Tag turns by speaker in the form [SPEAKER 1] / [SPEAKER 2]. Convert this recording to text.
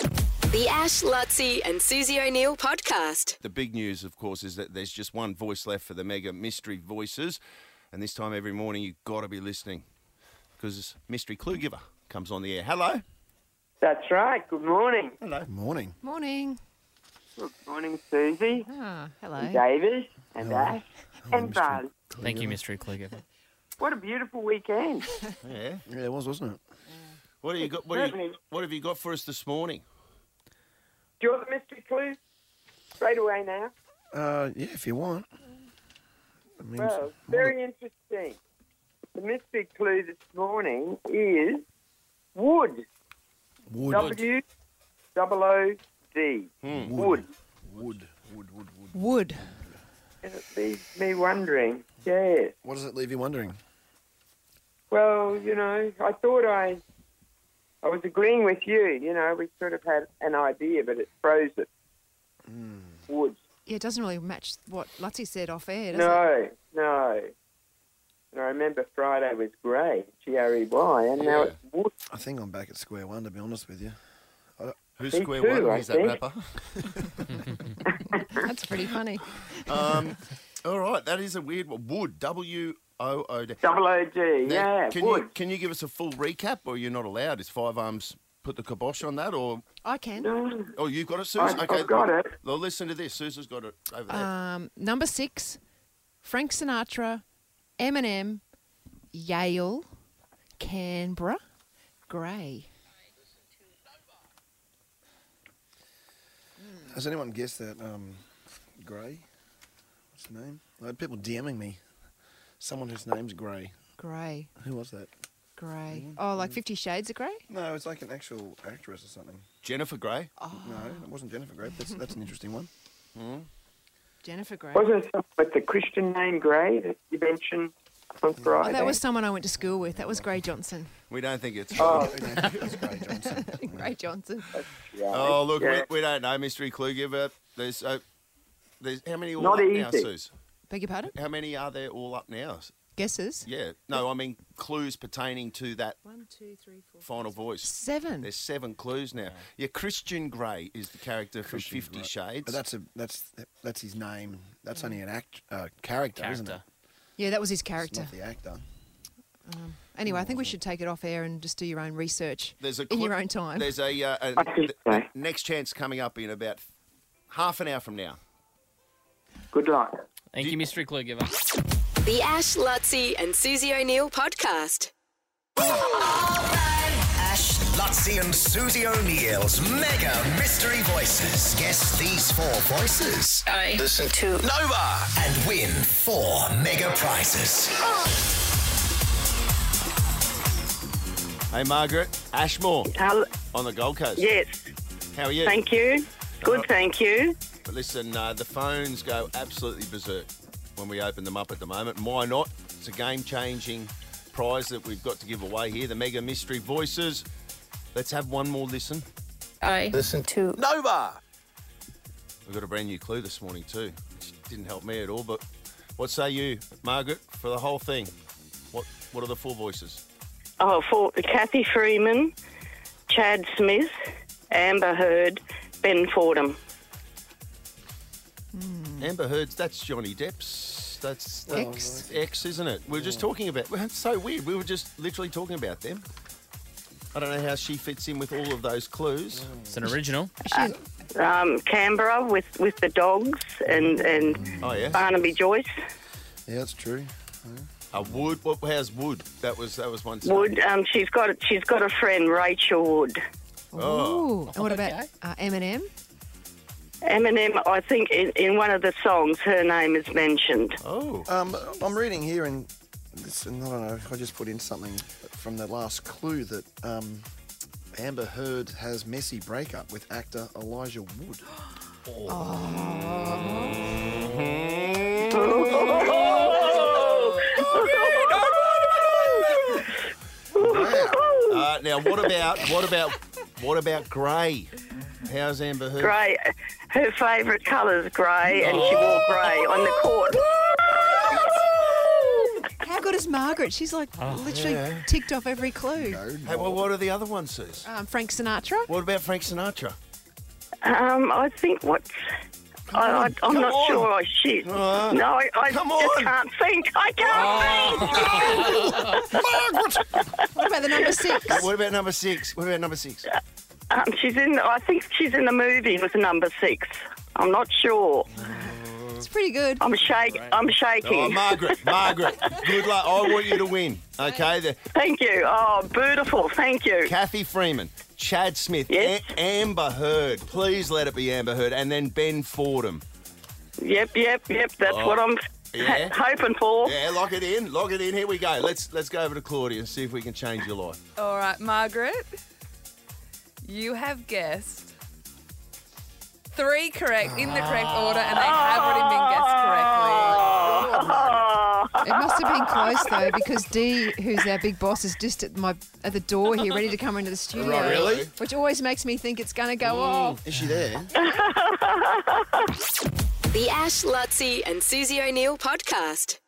[SPEAKER 1] The Ash, Lutzi, and Susie O'Neill podcast.
[SPEAKER 2] The big news, of course, is that there's just one voice left for the mega mystery voices. And this time every morning, you've got to be listening because Mystery Clue Giver comes on the air. Hello.
[SPEAKER 3] That's right. Good morning.
[SPEAKER 2] Hello.
[SPEAKER 4] Morning.
[SPEAKER 5] Morning.
[SPEAKER 3] Good morning, Susie,
[SPEAKER 5] Ah,
[SPEAKER 3] and
[SPEAKER 5] hello.
[SPEAKER 3] David, and Ash, and Buzz.
[SPEAKER 6] Thank you, Mystery Cluegiver.
[SPEAKER 3] What a beautiful weekend.
[SPEAKER 2] Yeah.
[SPEAKER 4] Yeah, it was, wasn't it?
[SPEAKER 2] What, have you got, what, have you,
[SPEAKER 3] Certainly.
[SPEAKER 2] what have you got for us this morning?
[SPEAKER 3] Do you want the mystery clue? Straight away now.
[SPEAKER 4] Uh, yeah, if you want. I mean,
[SPEAKER 3] Well,
[SPEAKER 4] it's-
[SPEAKER 3] very interesting. The mystery clue this morning is wood.
[SPEAKER 4] wood, wood,
[SPEAKER 3] W double O D. Wood.
[SPEAKER 4] wood, wood, wood, wood.
[SPEAKER 5] Wood.
[SPEAKER 3] And it leaves me wondering. Yes.
[SPEAKER 4] What does it leave you wondering?
[SPEAKER 3] Well, you know, I thought I, I was agreeing with you. You know, we sort of had an idea, but it froze it.
[SPEAKER 2] Hmm.
[SPEAKER 3] Wood.
[SPEAKER 5] Yeah, it doesn't really match what Lutzi said off air, does it?
[SPEAKER 3] No, no. And I remember Friday was grey, G R E Y, and now it's wood.
[SPEAKER 4] I think I'm back at square one, to be honest with you.
[SPEAKER 2] Who's
[SPEAKER 3] Me
[SPEAKER 2] square
[SPEAKER 3] too,
[SPEAKER 2] one?
[SPEAKER 3] I
[SPEAKER 2] Who's that
[SPEAKER 3] think.
[SPEAKER 2] rapper?
[SPEAKER 5] That's pretty funny.
[SPEAKER 2] Um, all right, that is a weird one. Wood, W O O D.
[SPEAKER 3] Double O G,
[SPEAKER 2] Now,
[SPEAKER 3] yeah,
[SPEAKER 2] Can
[SPEAKER 3] wood.
[SPEAKER 2] you, can you give us a full recap, or you're not allowed? Is Five Arms put the kibosh on that, or
[SPEAKER 5] I can.
[SPEAKER 3] No,
[SPEAKER 2] oh, you got it,
[SPEAKER 3] I,
[SPEAKER 2] Susan?
[SPEAKER 3] I've got it.
[SPEAKER 2] Well, listen to this. Susan's got it over there.
[SPEAKER 5] Um, number six, Frank Sinatra, Eminem, Yale, Canberra, Grey.
[SPEAKER 4] Has anyone guessed that? Um, Gray. What's the name? I had people DMing me. Someone whose name's Gray.
[SPEAKER 5] Grey.
[SPEAKER 4] Who was that?
[SPEAKER 5] Grey. Oh, like Fifty Shades of Grey?
[SPEAKER 4] No, it's like an actual actress or something.
[SPEAKER 2] Jennifer Grey.
[SPEAKER 4] No, it wasn't Jennifer Grey. but That's that's an interesting one.
[SPEAKER 5] Jennifer Grey.
[SPEAKER 3] Wasn't it something with the Christian name Grey that you mentioned on
[SPEAKER 2] Hmm.
[SPEAKER 3] Friday?
[SPEAKER 5] Oh, that was someone I went to school with. That was Grey Johnson.
[SPEAKER 2] We don't think it's.
[SPEAKER 3] Oh,
[SPEAKER 4] That's Gray Johnson.
[SPEAKER 5] Grey Johnson.
[SPEAKER 3] yeah.
[SPEAKER 2] Oh, look,
[SPEAKER 3] Yeah.
[SPEAKER 2] we, we don't know, Mystery Clue Giver. There's, uh, there's how many all
[SPEAKER 3] Not
[SPEAKER 2] up now,
[SPEAKER 3] easy.
[SPEAKER 2] Suze?
[SPEAKER 5] Beg your pardon?
[SPEAKER 2] How many are there all up now?
[SPEAKER 5] Guesses?
[SPEAKER 2] Yeah. No, I mean clues pertaining to that
[SPEAKER 5] One, two, three, four.
[SPEAKER 2] final voice.
[SPEAKER 5] Seven.
[SPEAKER 2] There's seven clues now. Yeah, Christian Grey is the character from Fifty
[SPEAKER 4] Grey.
[SPEAKER 2] Shades.
[SPEAKER 4] But that's a that's that's his name. That's only an act uh, character, isn't it?
[SPEAKER 6] Character.
[SPEAKER 5] Yeah, that was his
[SPEAKER 4] It's
[SPEAKER 5] character.
[SPEAKER 4] not the actor.
[SPEAKER 5] Anyway, I think we should take it off air and just do your own research
[SPEAKER 2] there's a
[SPEAKER 5] in
[SPEAKER 2] clu-
[SPEAKER 5] your own time.
[SPEAKER 2] There's a, uh, a-
[SPEAKER 3] I think so.
[SPEAKER 2] next chance coming up in about half an hour from now.
[SPEAKER 3] Good luck.
[SPEAKER 6] Thank you, Mystery Cluegiver.
[SPEAKER 1] The Ash, Lutzi, and Susie O'Neill podcast.
[SPEAKER 7] Ash, Lutzi, and Susie O'Neill's Mega Mystery Voices. Guess these four voices. I listen to Nova and win four mega prizes.
[SPEAKER 2] Hey, Margaret Ashmore
[SPEAKER 8] Hello.
[SPEAKER 2] on the Gold Coast.
[SPEAKER 8] Yes,
[SPEAKER 2] How are you?
[SPEAKER 8] thank you.
[SPEAKER 2] Uh,
[SPEAKER 8] Good, thank you.
[SPEAKER 2] Listen, uh, the phones go absolutely berserk when we open them up at the moment. And Why not? It's a game changing prize that we've got to give away here the Mega Mystery Voices. Let's have one more listen.
[SPEAKER 8] I
[SPEAKER 7] Listen to Nova.
[SPEAKER 2] We've got a brand new clue this morning, too, which didn't help me at all. But what say you, Margaret, for the whole thing? What, what are the four voices?
[SPEAKER 8] oh for Kathy Freeman, Chad Smith, Amber Heard, Ben Fordham.
[SPEAKER 2] Amber Heard's, that's Johnny Depp's. That's,
[SPEAKER 8] Oh,
[SPEAKER 5] Ex.
[SPEAKER 2] that's X, isn't it? We were just talking about. well, It's so weird. We were just literally talking about them. I don't know how she fits in with all of those clues.
[SPEAKER 8] Mm.
[SPEAKER 6] It's an original.
[SPEAKER 8] Um, Canberra with, with the dogs and, and
[SPEAKER 2] Oh yeah,
[SPEAKER 8] Barnaby Joyce.
[SPEAKER 4] Yeah, that's true.
[SPEAKER 2] a wood. What? How's wood? That was that was one. side.
[SPEAKER 8] Wood. Um, she's got she's got a friend Rachel Wood.
[SPEAKER 2] Oh.
[SPEAKER 5] Ooh. And what about uh, Eminem?
[SPEAKER 8] Eminem. I think in, in one of the songs her name is mentioned.
[SPEAKER 2] Oh,
[SPEAKER 4] Um, I'm reading here, and this, and I don't know. I just put in something from the last clue that um, Amber Heard has messy breakup with actor Elijah Wood.
[SPEAKER 2] uh, now what about what about what about grey? How's Amber Heard?
[SPEAKER 8] Grey. Her favourite colour's grey, and she wore grey on the court.
[SPEAKER 5] How good is Margaret? She's like
[SPEAKER 2] Oh,
[SPEAKER 5] literally ticked off every clue.
[SPEAKER 2] Hey, well, what are the other ones, Suze?
[SPEAKER 5] Um, Frank Sinatra,
[SPEAKER 2] What about Frank Sinatra?
[SPEAKER 8] Um, I think what's. I, I, I'm not
[SPEAKER 2] on.
[SPEAKER 8] sure I should.
[SPEAKER 2] Uh,
[SPEAKER 8] no, I, I
[SPEAKER 2] come
[SPEAKER 8] just
[SPEAKER 2] on. Oh.
[SPEAKER 8] can't think. I can't
[SPEAKER 5] What about the number six?
[SPEAKER 2] What about number six? What about number six?
[SPEAKER 8] think. Um, she's in. I think she's in the movie with number six. I'm not sure.
[SPEAKER 5] It's pretty good.
[SPEAKER 8] I'm shake. I'm shaking.
[SPEAKER 2] Oh, Margaret, Margaret, good luck. I want you to win. Okay, the
[SPEAKER 8] Thank you. Oh, beautiful. Thank you.
[SPEAKER 2] Kathy Freeman, Chad Smith,
[SPEAKER 8] Yes.
[SPEAKER 2] A- Amber Heard. Please let it be Amber Heard, and then Ben Fordham.
[SPEAKER 8] Yep, yep, yep. That's
[SPEAKER 2] Oh,
[SPEAKER 8] what I'm
[SPEAKER 2] yeah.
[SPEAKER 8] ha- hoping for.
[SPEAKER 2] Yeah, lock it in, lock it in. Here we go. Let's let's go over to Claudia and see if we can change your life.
[SPEAKER 9] All right, Margaret, you have guessed three correct in the correct order, and they have already been guessed correctly.
[SPEAKER 5] It must have been close though, because Dee, who's our big boss, is just at my at the door here, ready to come into the studio.
[SPEAKER 2] Right, Oh, really?
[SPEAKER 5] Which always makes me think it's going to go off.
[SPEAKER 4] Is she there?
[SPEAKER 1] The Ash, Lutzi, and Susie O'Neill podcast.